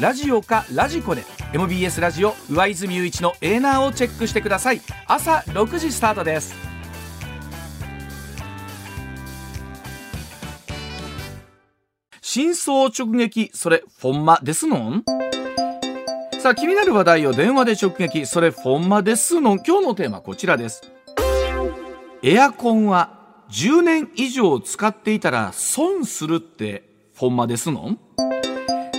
ラジオかラジコで MBS ラジオ上泉雄一のエーナーをチェックしてください朝6時スタートです真相直撃それフォンマですのんさあ気になる話題を電話で直撃それフォンマですのん今日のテーマこちらですエアコンは10年以上使っていたら損するってフォンマですのん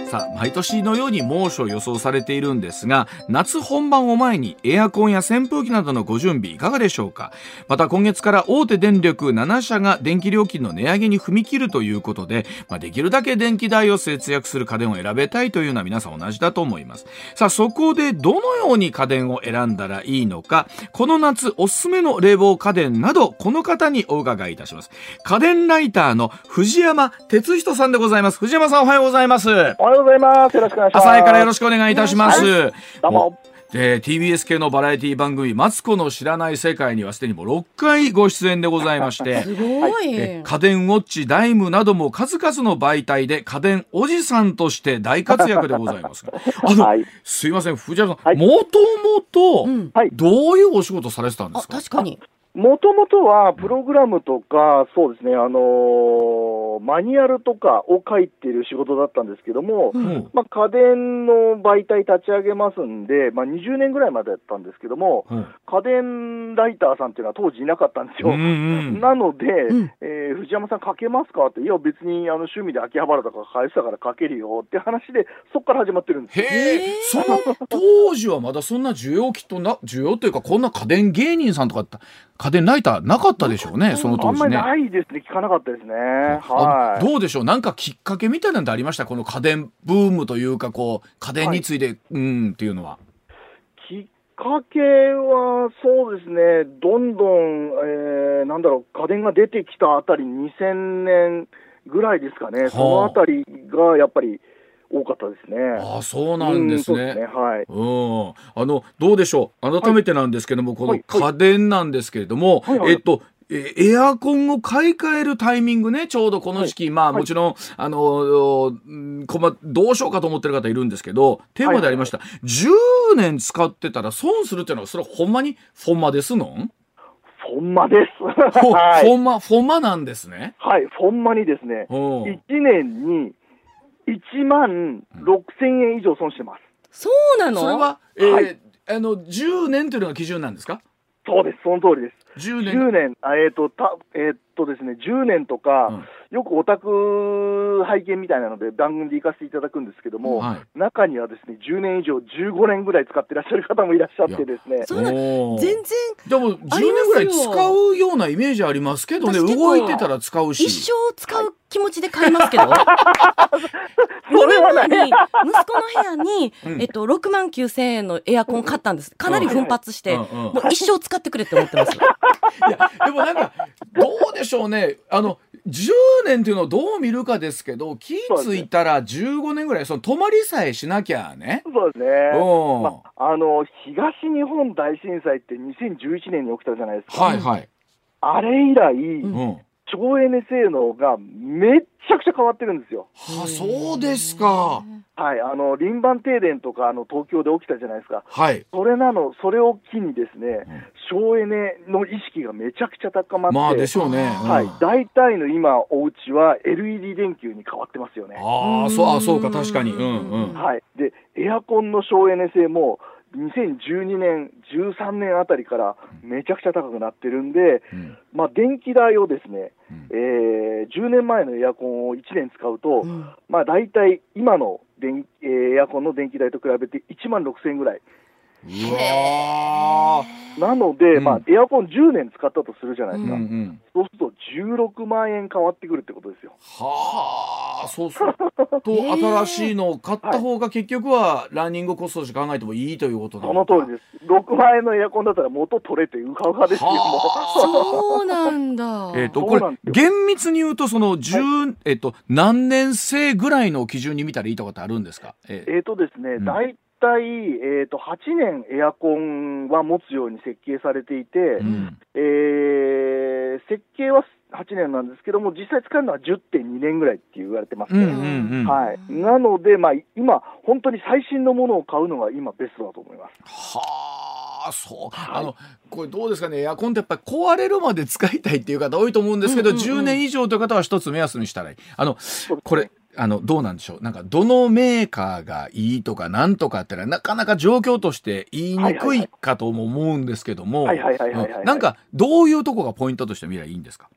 さあ毎年のように猛暑を予想されているんですが夏本番を前にエアコンや扇風機などのご準備いかがでしょうかまた今月から大手電力7社が電気料金の値上げに踏み切るということで、まあ、できるだけ電気代を節約する家電を選べたいというのは皆さん同じだと思いますさあそこでどのように家電を選んだらいいのかこの夏おすすめの冷房家電などこの方にお伺いいたします家電ライターの藤山哲人さんでございます藤山さんおはようございますおはようございます。よろしくお願い します。朝早からよろしくお願いいたします。どうも。で TBS 系のバラエティ番組「マツコの知らない世界」にはすでにもう6回ご出演でございましてすごい。 え家電ウォッチダイムなども数々の媒体で家電おじさんとして大活躍でございますが あの、はいすいません藤原さはんいもともとうん。はい。どういうお仕事されてたんであ、すか確かに。もともとは、プログラムとか、そうですね、あのーマニュアルとかを書いてる仕事だったんですけども、ううんまあ、家電の媒体立ち上げますんで、まあ、20年ぐらいまでやったんですけども、うん家電ライターさんっていうのは当時いなかったんですよ。うんなので、うんえー藤山さん書けますかって、いや、別にあの趣味で秋葉原とか返したから書けるよって話で、そこから始まってるんですへよ。えへーその当時はまだそんな需要きっとな需要というかこんな家電芸人さんとかって家電ライターなかったでしょうねそのあ当んま時りね。ないですね、聞かなかったですね。あはい。のどうでしょうなんかきっかけみたいなんてありましたこの家電ブームというかこう家電について、うんっていうのは。きっかけは、そうですね、どんどん、えーなんだろう、家電が出てきたあたり、2000年ぐらいですかはあね、そのあたりがやっぱり多かったですね。ああそうなんですうそうね。はい。うん、あのどうでしょう改めてなんですけども、こはのいは家い電なんですけれども、はいはいえっとえエアコンを買い替えるタイミングねちょうどこの時期、まあはいもちろん、あのうんこまどうしようかと思ってる方いるんですけどテーマでありました、10年使ってたら損するっていうのはそれはほんまにフォンマですのん、フォンマです。 ほはフい。ォンマフォンマなんですね。はい、フォンマにですね、うん1年に1万6000円以上損してます。そうなの。それは、えーはいあの10年というのが基準なんですかそうです、その通りです。 10年10年、あえっ、と、た、えっ、とですね、10年とか、うんよくオタク拝見みたいなので、番組で行かせていただくんですけども、は中にはですね、10年以上、15年ぐらい使ってらっしゃる方もいらっしゃってですね、い、そうなの。おー全然でも10ありま年すぐらいよ使うようなイメージありますけどね私結動構いてたら使う一し生使う気持ちで買いますけ ど。それは2ない年前に息子の部屋に、うんえっと6万9千円のエアコン買ったんです。かなり奮発して、うんうんもう一生使ってくれって思っ てます。いやでもなんかどうでしょうねあの10年っていうのをどう見るかですけど気付いたら15年ぐらいその泊まりさえしなきゃね。そうですね。うんまあの、東日本大震災って2011年に起きたじゃないですか。はいはい。あれ以来、うんん。省エネ性能がめっちゃくちゃ変わってるんですよ。はそうですか。はい、あの、輪番停電とか、あの、東京で起きたじゃないですか。はい。それなの、それを機にですね、省エネの意識がめちゃくちゃ高まって、まあでしょうね。うんはい、大体の今、お家は LED 電球に変わってますよね。ああそうあそうか確かに。うんうん。はい、でエアコンの省エネ性も2012年、13年あたりからめちゃくちゃ高くなってるんで、うんまあ、電気代をですね、うんえー10年前のエアコンを1年使うと、うんまあ、大体今の電、えーエアコンの電気代と比べて1万6000円ぐらい、うわーなので、うんまあ、エアコン10年使ったとするじゃないでうすんか、うん。そうすると16万円変わってくるってことですよ。はあ、そうそう。 えと、ー新しいのを買った方が結局はランニングコストしか考えてもいいということなその通りです。6万円のエアコンだったら元取れてウハウハですよ、はもう。そうなんだ。えっ、と、そこうれなん、です厳密に言うと、その、十、えっと、何年生ぐらいの基準に見たらいいとかってあるんですかえー えーとですね、うん大体、えー、と8年エアコンは持つように設計されていて、うん。えー設計は8年なんですけども、実際使うのは10.2年ぐらいって言われてますうんね。うんうん。ははい、なので、まあ、今、本当に最新のものを買うのが今、ベストだと思います。あ、そう。あの、これどうですかねエアコンってやっぱり壊れるまで使いたいっていう方多いと思うんですけど、うんうんうん10年以上という方は一つ目安にしたらいい。あの、そうですこれ、あの、どうなんでしょうなんか、どのメーカーがいいとか、なんとかってのは、なかなか状況として言いにくいかとも思うんですけども、はいはいはいはいはいはいはいうんなんか、どういうとこがポイントとして見ればいいんですか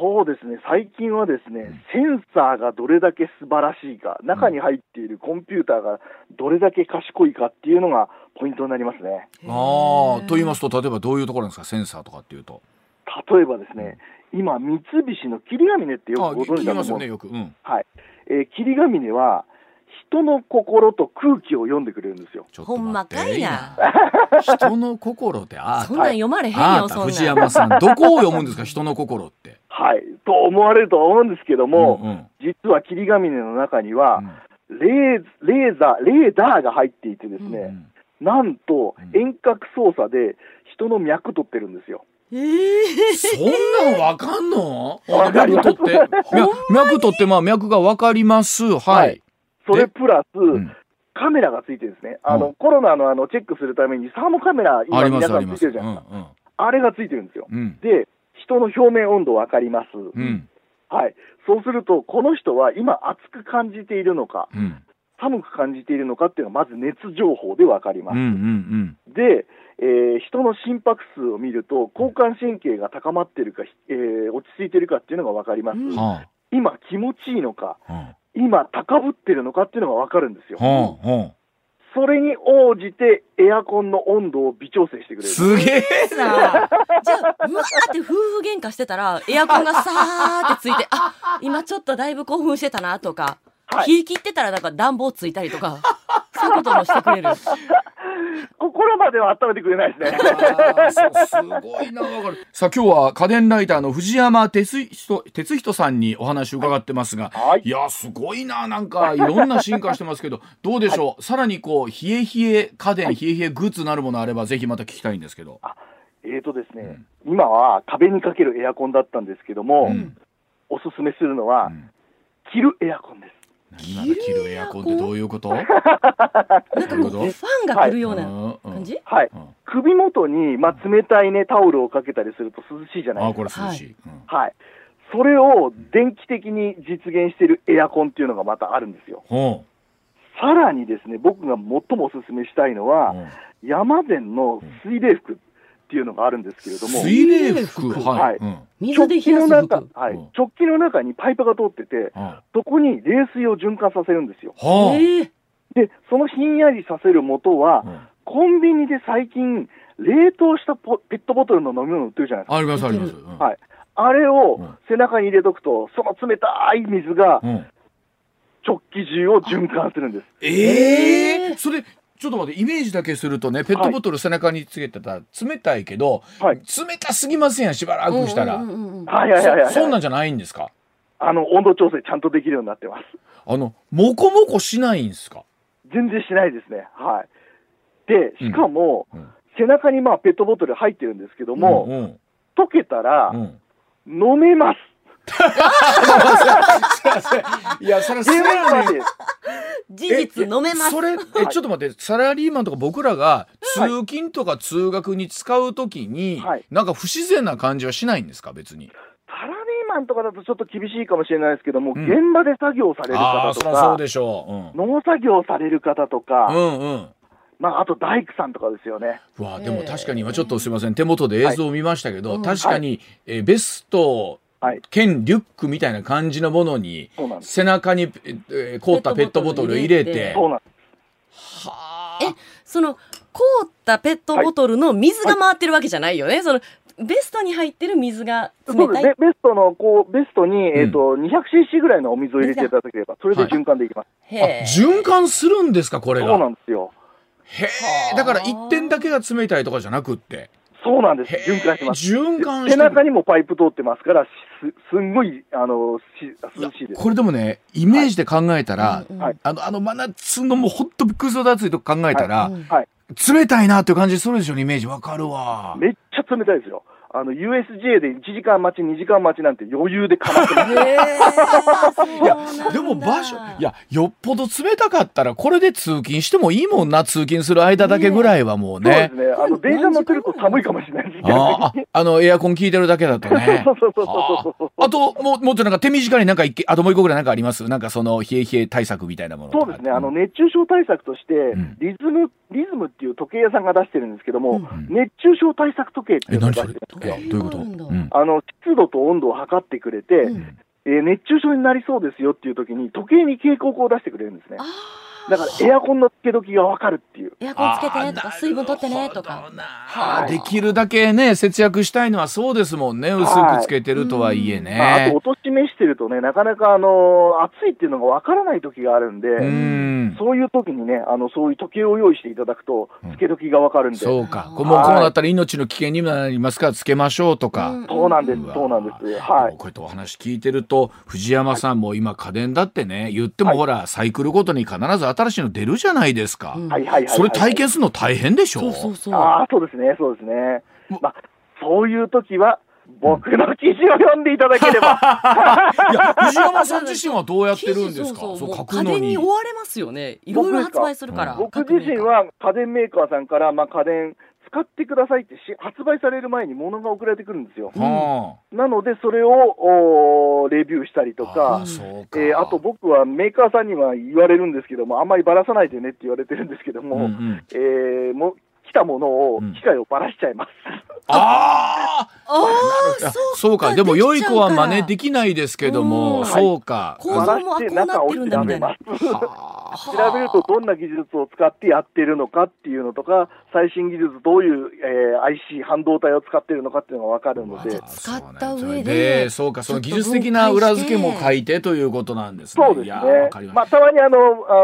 そうですね、最近はですね、センサーがどれだけ素晴らしいか、中に入っているコンピューターがどれだけ賢いかっていうのがポイントになりますね。ああ、と言いますと、例えばどういうところなんですか、センサーとかっていうと。例えばですね、今、三菱の霧ヶ峰ってよあ、くご聞存き知だとますよ思うね、。よく。うん。はい。えー霧ヶ峰は、人の心と空気を読んでくれるんですよ。ちょっほとんま待って。かいな。人の心って、 ああそんなん読まれへんあよ、なたそん藤なん。山さん、どこを読むんですか、人の心って。はい。と思われると思うんですけども、うんうん実は霧ヶ峰の中には、うんレーレーザー、レーダーが入っていてですね、うんなんとうん遠隔操作で人の脈取ってるんですよ。ええそんなんわかんのわかりま脈す取って、脈脈取って、まあ脈がわかります。はい。それプラス、うんカメラがついてるんですね。あうの、コロナのあの、チェックするためにサーモカメラ、あ今りま皆す、あさりんつまいす。てうんるじゃないですか。うんあれがついてるんですよ。うん。で、人の表面温度わかります。うん。はい。そうすると、この人は今暑く感じているのか、うん。寒く感じているのかっていうのはまず熱情報でわかりまうん。うす。ん。で、えー人の心拍数を見ると、交感神経が高まってるか、えー落ち着いてるかっていうのがわかります。うんうん。は今気持ちいいのか、あ。は今高ぶってるのかっていうのがわかるんですよあ。。はそれに応じてエアコンの温度を微調整してくあ。れる。すげえさあ、じゃあ、うわーって夫婦喧嘩してたら、エアコンがさーってついて、あ、今ちょっとだいぶ興奮してたなとか、はい火切ってたらなんか暖房ついたりとか、そういうこともしてくれる。心までは温めてくれないで すね。あーそうすごいな、わかる。さあ、今日は家電ライターの藤山哲人、哲人さんにお話を伺ってますが、はいい、や、すごいな、なんか、いろんな進化してますけど、どうでしょう、さらにこう、冷え冷え家電、冷え冷えグッズなるものあれば、ぜひまた聞きたいんですけど。えーとですね、今は壁にかけるエアコンだったんですけども、うんおすすめするのは、うん着るエアコンです。今の着るエアコンってどういうことなんかこう、フなるほどァンが来るようなうん感じ、はい。うんうん首元に、まあ、冷たいね、タオルをかけたりすると涼しいじゃないあでー、すこか。れ涼しい。うんはい。それを電気的に実現しているエアコンっていうのがまたあるんですよ。ほさらにですね、僕が最もおすすめしたいのは、ううん山善の水冷服っていうのがあるんですけれども、水冷服、水冷服ははいい。うん水直で気冷やのす服中、はいうん直気の中にパイプが通ってて、うんはそこに冷水を循環させるんですよ。あええで、そのひんやりさせる元は、うんコンビニで最近、冷凍したポペットボトルの飲み物売ってるじゃないですか。あります、あります。うんはい。あれをうん背中に入れとくと、その冷たい水がうん直気中を循環するんです。えええーそれちょっと待ってイメージだけするとねペットボトル背中につけてたら冷たいけど、はい。冷たすぎませんやんしばらくしたら、うんうんうんうんはいはいはいはい、そそんなんじゃないんですかあの、温度調整ちゃんとできるようになってます。あのモコモコしないんですか全然しないですね。はい。で、しかも、うん背中にまあペットボトル入ってるんですけどうも、ん溶けたらうんうん飲めます。いやそれはゲームまで。事実飲めますそ。れえはいちょっと待ってサラリーマンとか僕らが通勤とか通学に使うときに、はいなんか不自然な感じはしないんですか別にサラリーマンとかだとちょっと厳しいかもしれないですけども、うん現場で作業されるああ方ーそとりゃそかう、でしょう、農作業される方とうか、ん、うんうんまあ、あと大工さんとかですよね。うわあえーでも確かに今ちょっとすいません手元で映像を見ましたけど、はいうん確かに、えーベストはい兼リュックみたいな感じのものにそうなんです。背中に、えーえー凍ったペペッットトボボトトルルを入入れれててそうなんではあえその凍ったペットボトルの水が回ってるわけじゃないよね。その、ベストに入ってる水がそ冷うでたすい。ね、ベストの、こう、ベストに、えっ、と、200cc ぐらいのお水を入れていただければ、それで循環できます。へあえ。循環するんですかこれそうがなんですよ。へはえあだから一点だけが冷たいとかじゃなくってそうなんですへ。え循環します。循環し背てる中にもパイプ通ってますから、すすんごい、あの、し涼しいです。これでもねイメージで考えたら、うんはいあのあの真夏のもうほんと空想だ暑いとこ考えたら、うんはい。冷たいなっていう感じするでしょうねイメージわかるわめっちゃ冷たいですよ。あの、USJ で1時間待ち、2時間待ちなんて余裕でかなってます。へえ。そうなんだでも場所いやよっぽど冷たかったらこれで通勤してもいいもんな通勤する間だけぐらいはもうそう でねすね。あの、電車乗ってると寒いかもしれないです。 あーああのエアコン効いてるだけだとねそうそうそうそうそう。あともうもっとなんか手短になんか一軒あともう一個ぐらいなんかありますなんかその冷え冷え対策みたいなものとそかうですね、あの熱中症対策として、んリズムリズムっていう時計屋さんが出してるんですけども、ん熱中症対策時計っていえうのを何出しそてれるえどういうこと、どうなんだうんあの湿度と温度を測ってくれて、うんえー熱中症になりそうですよっていう時に、時計に警告を出してくれるんですねあ。ーだからエアコンのつけ時が分かるっていう、エアコンつけてねとか、水分取ってねとなるかほ。どなはいできるだけね節約したいのはそうですもんね薄くつけてるとはいえね、まあ、あとお年めしてるとね、なかなか、あのー暑いっていうのが分からない時があるんで、うんそういう時にねあの、そういう時計を用意していただくと、つけ時が分かるんで、そうあかーこうもうこうなったら命の危険にもなりますからつけましょうとか、うんそうなんですわ、そうなんです、ではもい、こうやってお話聞いてると藤山さんも今家電だってね言ってもほらサイクルごとに必ず新しいの出るじゃないですか、うんはいはいはいはい、それ体験するの大変でしょそうそうそう。ああ、そうですね、そうですねも。まあ、そういう時は、僕の記事を読んでいただけ れば、いや藤山さん自身はどうやってるん ですかそうそう書もうく家の電にに追われますよね。いろいろ発売するから。僕各自メーカー身は家電メーカーさんから、まあ、家電使ってくださいってし、発売される前に物が送られてくるんですよ。はなので、それをおーレビューしたりあとかあ。そうか、えーあと僕はメーカーさんには言われるんですけども、あんまりばらさないでねって言われてるんですけども、うんうんえーもう来たものをうん、機械をばらしちゃいます。ああああ、そそううかか。でも良い子は真似きできないですけどうもんそうか構造もあこうなってるんだみたいな。はあ調べるとどんな技術を使ってやってるのかっていうのとか、最新技術、どういう、えー IC、半導体を使ってるのかっていうのが分かるのでわ、使ったそうなん上でそれそうかその技術的な裏付けも書いてということなんですねそうでいすねやーわかり。ままあ、したまにあの、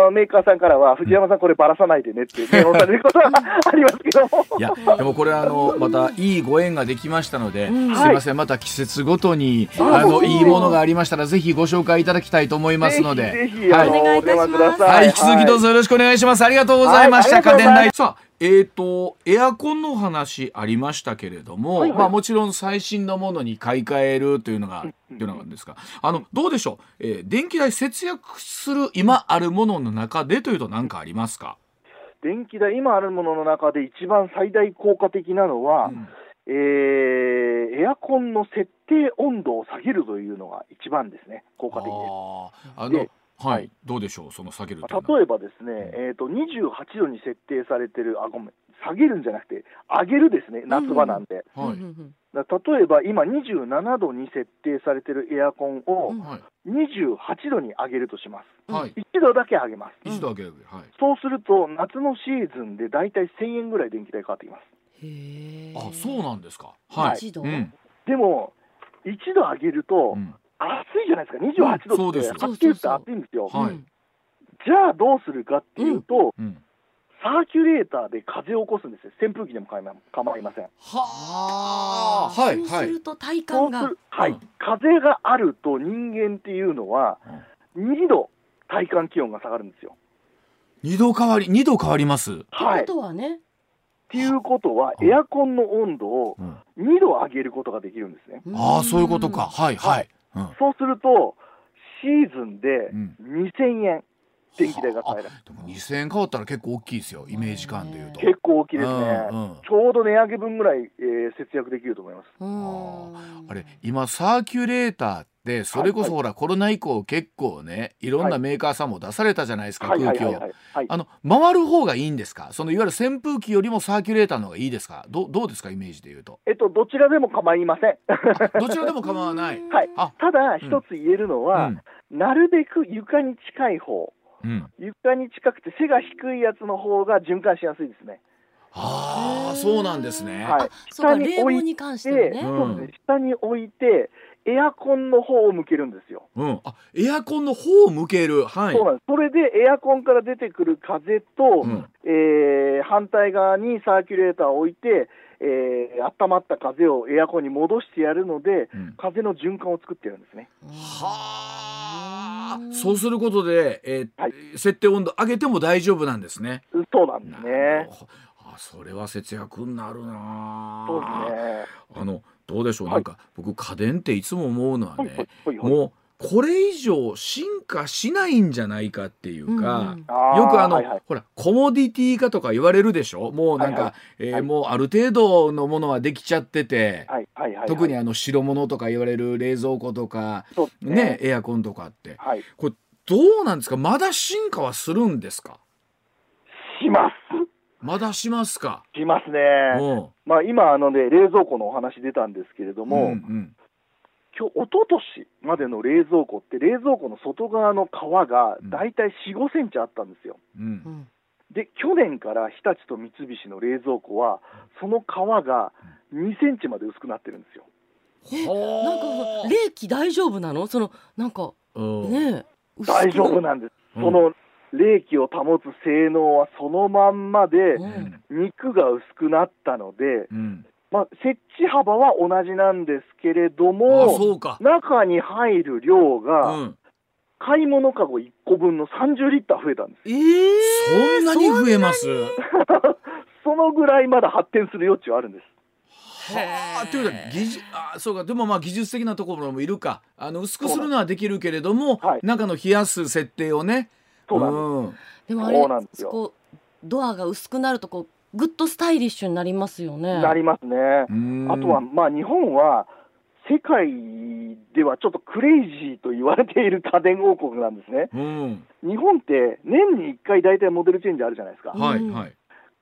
あメーカーさんからは、藤山さんこればらさないでね って念をされることはありますけども。いやでもこれあのまたいいご縁ができましたので、うんすいませんまた季節ごとに、はいあのいいものがありましたらぜひご紹介いただきたいと思いますのでぜひ、ぜひ、はあいの、お願いいたしますお電話ください。はい、引き続きどうぞよろしくお願いします。ありがとうございました。はいあ家りがとう電ござラいイフ。さあ、えっ、と、エアコンの話ありましたけれども、はいはいまあもちろん最新のものに買い替えるというのが、というのなんですが、あの、どうでしょう、えー電気代節約する今あるものの中でというと何かありますか、電気代、今あるものの中で一番最大効果的なのは、うんえーエアコンの設定温度を下げるというのが一番ですね、効あ果的です。ーあので、はい、どうでしょうその下げるというのは。例えばですね、えー、と28度に設定されてる、あごめん、下げるんじゃなくて、上げるですね、夏場なんで、うんはうんい。うんだから例えば今、27度に設定されてるエアコンをうんはい。 28度に上げるとします、はい。 1度だけ上げます、うん一度上げる。はい。そうすると、夏のシーズンで大体1000円ぐらい電気代変わってきます。へえ。あ、そうなんですか。はい。一度うん。でも1度上げるとうん暑いじゃないですか、そ28度うっですて、よはっきり言って暑いんですよ、そうはいうんじゃあどうするかっていうと、うん。サーキュレーターで風を起こすんですよ、扇風機でも構いま構いません。はあ。はい。そうはすい。ると体そう感すが。る、はうんい、風があると人間っていうのは、2度体感気温が下がるんですよ。二度変わり、二度変わります。はい、あっとはね。ていうことは、うんエアコンの温度をうん2度上げることができるんですね。んああそういうことか。。はいはい。うんそうすると、シーズンでうん2000円、電気代が変えられる。でも2000円変わったら結構大きいですよイメージ感でいうと。結構大きいですね。うんうんちょうど値上げ分ぐらい、えー節約できると思います。うんあれ今サーキュレーターってそれこそほら、コロナ以降結構ねいろんなはいメーカーさんも出されたじゃないですか、はいは空い気はいをは。い。はいあの回る方がいいんですかそのいわゆる扇風機よりもサーキュレーターの方がいいですかどうどうですかイメージで言うとえっと、どちらでも構いません。 どちらでも構わない。はいあただ、うん一つ言えるのは、なるべく床に近い方うんうん床に近くて背が低いやつの方が循環しやすいですね。ああ、そうなんですね。はい、そう下かに冷置い房に関してはで、ね、んそうですね、下に置いて、エアコンの方を向けるんですよ。うん。あ、エアコンの方を向ける。はい。そうなんです。それでエアコンから出てくる風と、うんえー反対側にサーキュレーターを置いて、えー温まった風をエアコンに戻してやるので、うん風の循環を作ってるんですね。はあう。んそうすることで、えーはい設定温度上げても大丈夫なんですね。そうなんでなするね。ほどあ、それは節約になるな。そうですね。あのどうでしょう、はいなんか僕家電っていつも思うのはほいほねい、ほいほいもうこれ以上進化しないんじゃないかっていうか、うんあーよくあの、はいはいほらコモディティ化とか言われるでしょもうなんか、はいえーはいもうある程度のものはできちゃってて、はいはいはいはい特にあの白物とか言われる冷蔵庫とかそうですねね。エアコンとかってはい。しこれどうなんですかまだ進化はするんですかます。まだしますか、しますうね。んまあ今あのね冷蔵庫のお話出たんですけれども、うんうん今日一昨年までの冷蔵庫って冷蔵庫の外側の皮がだいたい4、5センチあったんですよ。うんう、んで去年から日立と三菱の冷蔵庫はその皮が2センチまで薄くなってるんですよ。えなんかほー冷気大丈夫なのそのなんかうんねえ薄く大丈夫なんです。うんその冷気を保つ性能はそのまんまでううんん肉が薄くなったので、うんまあ、設置幅は同じなんですけれどあもそうか、中に入る量うがん、買い物かご1個分の30リッター増えたんです。えー、そんなに増えますそのぐらいまだ発展する余地はあるんです。はあということは技術あそうかでもまあ技術的なところもいるかあの薄くするのはできるけれども、はい中の冷やす設定をねそうなんですんでもあそれうなんですよこうドアが薄くなるとこうグッとスタイリッシュになりますよねなりますね。うんあとは、まあ、日本は世界ではちょっとクレイジーと言われている家電王国なんですね。うん日本って年に1回大体モデルチェンジあるじゃないですか。はいうんはい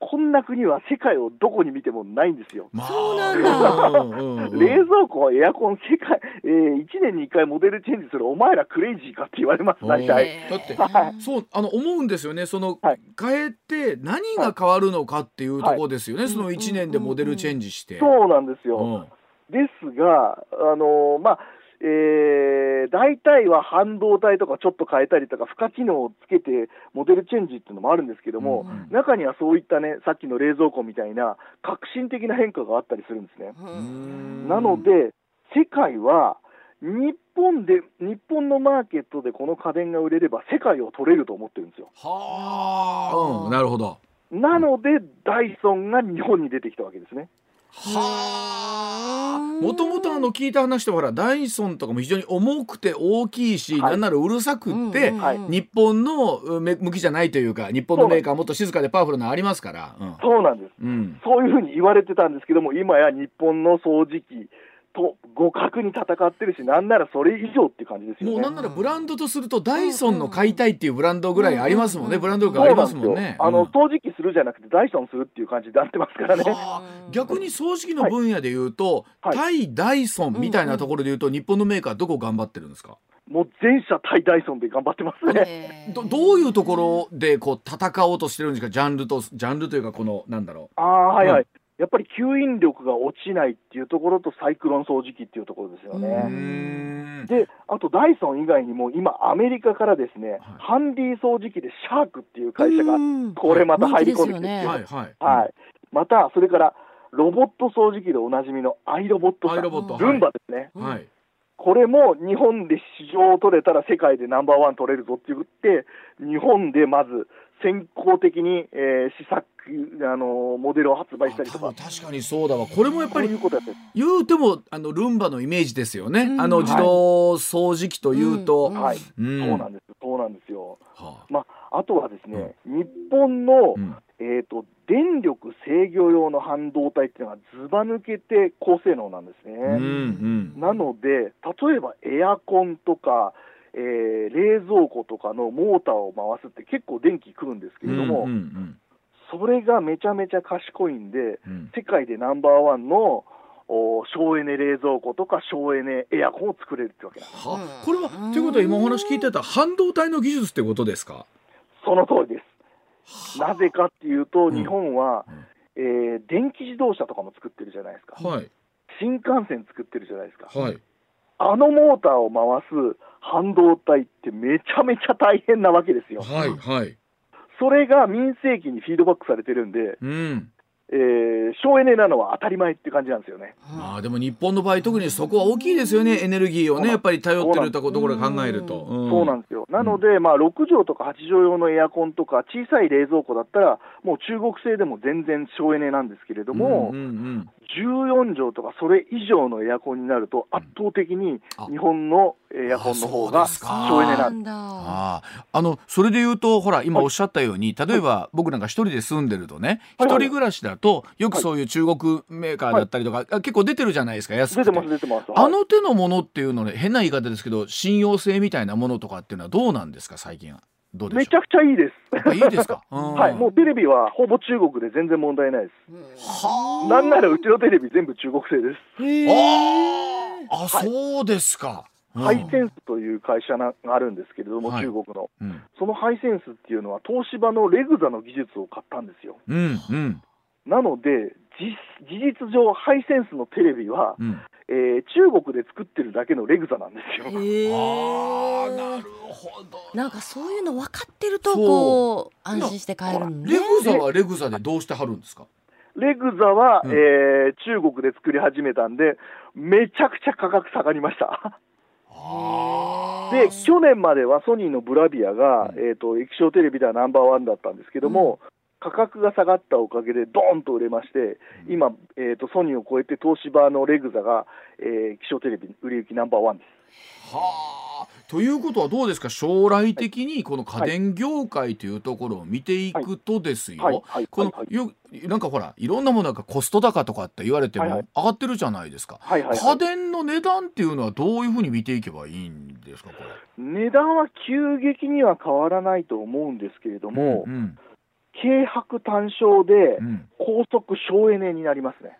こんな国は世界をどこに見てもないんですよ。まあそうなんだうんうんうん冷蔵庫、エアコン、世界、え1年に1回モデルチェンジするお前らクレイジーかって言われます、大体。だってはいそうあの思うんですよねその、はい変えて何が変わるのかっていうところですよね、はいその1年でモデルチェンジして、そうなんですよ。うんですが、あのまあえー大体は半導体とかちょっと変えたりとか、付加機能をつけてモデルチェンジっていうのもあるんですけども、うん中にはそういったね、さっきの冷蔵庫みたいな革新的な変化があったりするんですね。ううんんなので、世界は日本で、日本のマーケットでこの家電が売れれば、世界を取れると思ってるんですよ。はあ、うん、なるほど。なので、ダイソンが日本に出てきたわけですね。はあ。もともとあの聞いた話でほらダイソンとかも非常に重くて大きいし、はいなんならうるさくって、うんうんはい日本のうめ向きじゃないというか日本のメーカーはもっと静かでパワフルなのありますから。そうなんです。うん。うんそういうふうに言われてたんですけども、今や日本の掃除機と互角に戦ってるし、なんならそれ以上っていう感じですよもね。うなんならブランドとするとダイソンの買いたいっていうブランドぐらいありますもんね、うんブランドそ力うありなまんすですもんよね。あうのん掃除機するじゃなくて、ダイソンするっていう感じになってますからね。はあ逆に掃除機の分野で言うと、はい対ダイソンみたいなところで言うと、日本のメーカーどこ頑張ってるんですか、もう全社対ダイソンで頑張ってますね。どどういうところでこう戦おうとしてるんですかジャンルとジャンルというかこのなんだろうああ、はいはうんい。やっぱり吸引力が落ちないっていうところと、サイクロン掃除機っていうところですようーね。んで、あとダイソン以外にも、今、アメリカからですね、ハンディ掃除機でシャークっていう会社が、これまた入り込んできてるんですよ人気ですよはねいはいはい、また、それからロボット掃除機でおなじみのアイロボットアさイん、ロボットルンバですね、はい、はいこれも日本で市場を取れたら世界でナンバーワン取れるぞって言って、日本でまず先行的に、えー試作、あのーモデルを発売したりあ多とか分、確かにそうだわこれもやっぱそういりうことやってる言うてもあのルンバのイメージですよね、うんあの自動掃除機というと、うんはい、うんそうなんです、そうなんですよ。はまあ、あとはですね、日本の、あうんえー、と電力制御用の半導体っていうのはずば抜けて高性能なんですね。うんうんなので、例えばエアコンとか、えー冷蔵庫とかのモーターを回すって結構電気食うんですけれども、うんうんそれがめちゃめちゃ賢いんで、うんうん世界でナンバーワンのお省エネ冷蔵庫とか省エネエアコンを作れるってわけなんです。はうんこれはということは今お話聞いてた半導体の技術ってことですかその通りです。なぜかっていうと、うん日本はうんえー電気自動車とかも作ってるじゃないですか、はい新幹線作ってるじゃないですか、はいあのモーターを回す半導体ってめちゃめちゃ大変なわけですよ。はいはいそれが民生機にフィードバックされてるんで、うんえー省エネなのは当たり前って感じなんですよね。まあでも日本の場合特にそこは大きいですよねエネルギーをねやっぱり頼ってるところを考えるとそうなんですよ。なので、まあ、6畳とか8畳用のエアコンとか、小さい冷蔵庫だったら、もう中国製でも全然省エネなんですけれども、うんうん14畳とかそれ以上のエアコンになると、圧倒的にあ日本のエアコンの方があそうですか省エネななんでんだ。あああのそれで言うとほら今おっしゃったように例えば僕なんか一人で住んでるとねは一いはい人暮らしだとよくそういう中国メーカーだったりとかあ結構出てるじゃないですか安す。くて出てます、出てます。あの手のものっていうのね変な言い方ですけど信用性みたいなものとかっていうのはどうなんですか最近はどうでめしちょゃくちゃいいです。うやっぱいいです か、うんはい、もうテレビはほぼ中国で全然問題ないです。はなんならうちのテレビ全部中国製です。へあああはいそうですか、うんハイセンスという会社ながあるんですけれども、はい中国の。うんそのハイセンスっていうのは、東芝のレグザの技術を買ったんですよ。うんうんなので、実事実上、ハイセンスのテレビは、うんえー中国で作ってるだけのレグザなんですよ。へああなえる。ほどなんかそういうの分かってるとそうこう安心して買えるのねレ。グザはレグザでどうしてはるんですかレグザは、うんえー中国で作り始めたんで、めちゃくちゃ価格下がりました。あで、去年まではソニーのブラビアが、うんえっ、と、液晶テレビではナンバーワンだったんですけども、価格が下がったおかげで、ドーンと売れまして、今、えーと、ソニーを超えて東芝のレグザが、えー、気象テレビ売れ行きナンバーワンです。はあということはどうですか将来的にこの家電業界というところを見ていくとですよ、はい、はい、こはいの、よなんかほらいろんなものがコスト高とかって言われてはいはもい上がってるじゃないですか、はい、はい、家はい。電の値段っていうのはどういうふうに見ていけばいいんですかこれ値段は急激には変わらないと思うんですけれども、うん軽薄単焦でうんうん高速省エネになりますね。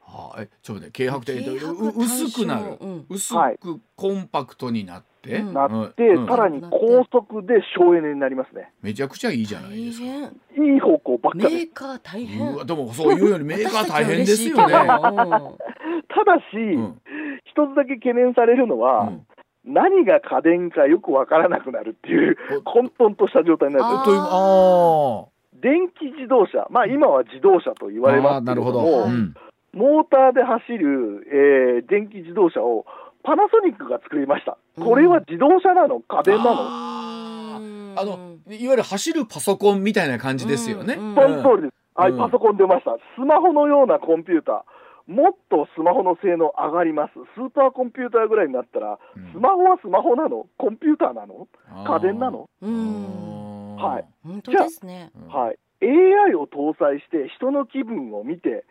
はあ、えちょっとね軽薄って軽薄う薄くなる単焦うん薄はいくコンパクトになって、うんなって、うんさらに高速で省エネになりますね。めちゃくちゃいいじゃないで大すか。変。いい方向ばっメかり。ーカー大うわ変。でもそう言うよりメーカー大変ですよね。ね。ただし、うん一つだけ懸念されるのは、うん何が家電かよくわからなくなるっていう、混沌とした状態になるとというあ電気自動車、まあ、今は自動車と言われああまーすけなれるどほど。も、うんモーターで走る、えー電気自動車をパナソニックが作りました。これは自動車なの家電なの、あうんーあのいわゆる走るパソコンみたいな感じですよね。うんうんその通りです。はい、うん。パソコン出ました。スマホのようなコンピューター。もっとスマホの性能上がります。スーパーコンピューターぐらいになったら、スマホはスマホなのコンピューターなの家電なのうん。はい本当ですね。はいい。AI を搭載して人の気分を見て、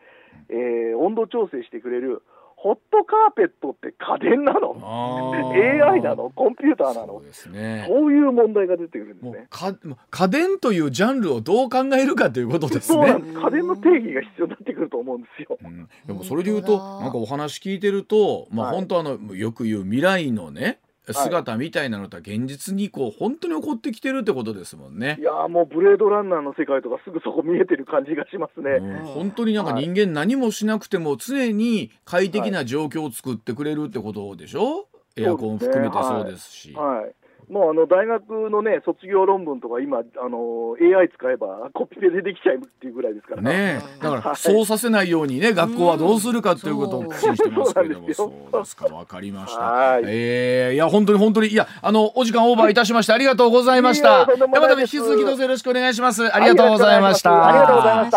えー温度調整してくれるホットカーペットって家電なのあー AI なのコンピューターなそのうですね。そういう問題が出てくるんですもうね。かもう家電というジャンルをどう考えるかということですそうねな。んです。家電の定義が必要になってくると思うんですよ。うんでもそれで言うと本当だなんかお話聞いてると、まあ、はい本当あの、よく言う未来のねい姿みたいなのとは現実にこう本当に起こってきてるってことですもんねい。やーもうブレードランナーの世界とかすぐそこ見えてる感じがしますね。うん本当になんか人間何もしなくても常に快適な状況を作ってくれるってことでしょ、エアコン含めてそうですし。はい。もうあの大学のね卒業論文とか今あのー AI 使えばコピペでできちゃうっていうぐらいですから。ねうえんだかはらいそうさせないようにね学校はどうするかということを苦心してますけれどもそうそうですかわかりました。はい。えー、いや本当に本当にいやあのお時間オーバーいたしましてありがとうございました。いやとんででもなまいたで引すき続きどうぞよろしくお願いします。ありがとうございましあた。りがとうございまし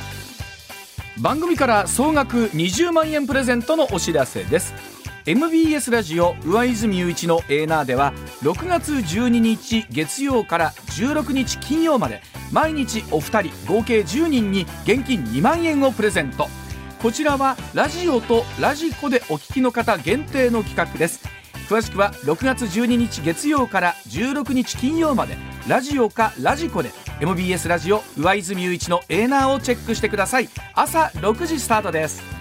た。番組から総額20万円プレゼントのお知らせです MBS ラジオ上泉雄一のエーナーでは6月12日月曜から16日金曜まで毎日お二人合計10人に現金2万円をプレゼントこちらはラジオとラジコでお聞きの方限定の企画です詳しくは6月12日月曜から16日金曜までラジオかラジコで MBS ラジオ上泉雄一のエーナーをチェックしてください朝6時スタートです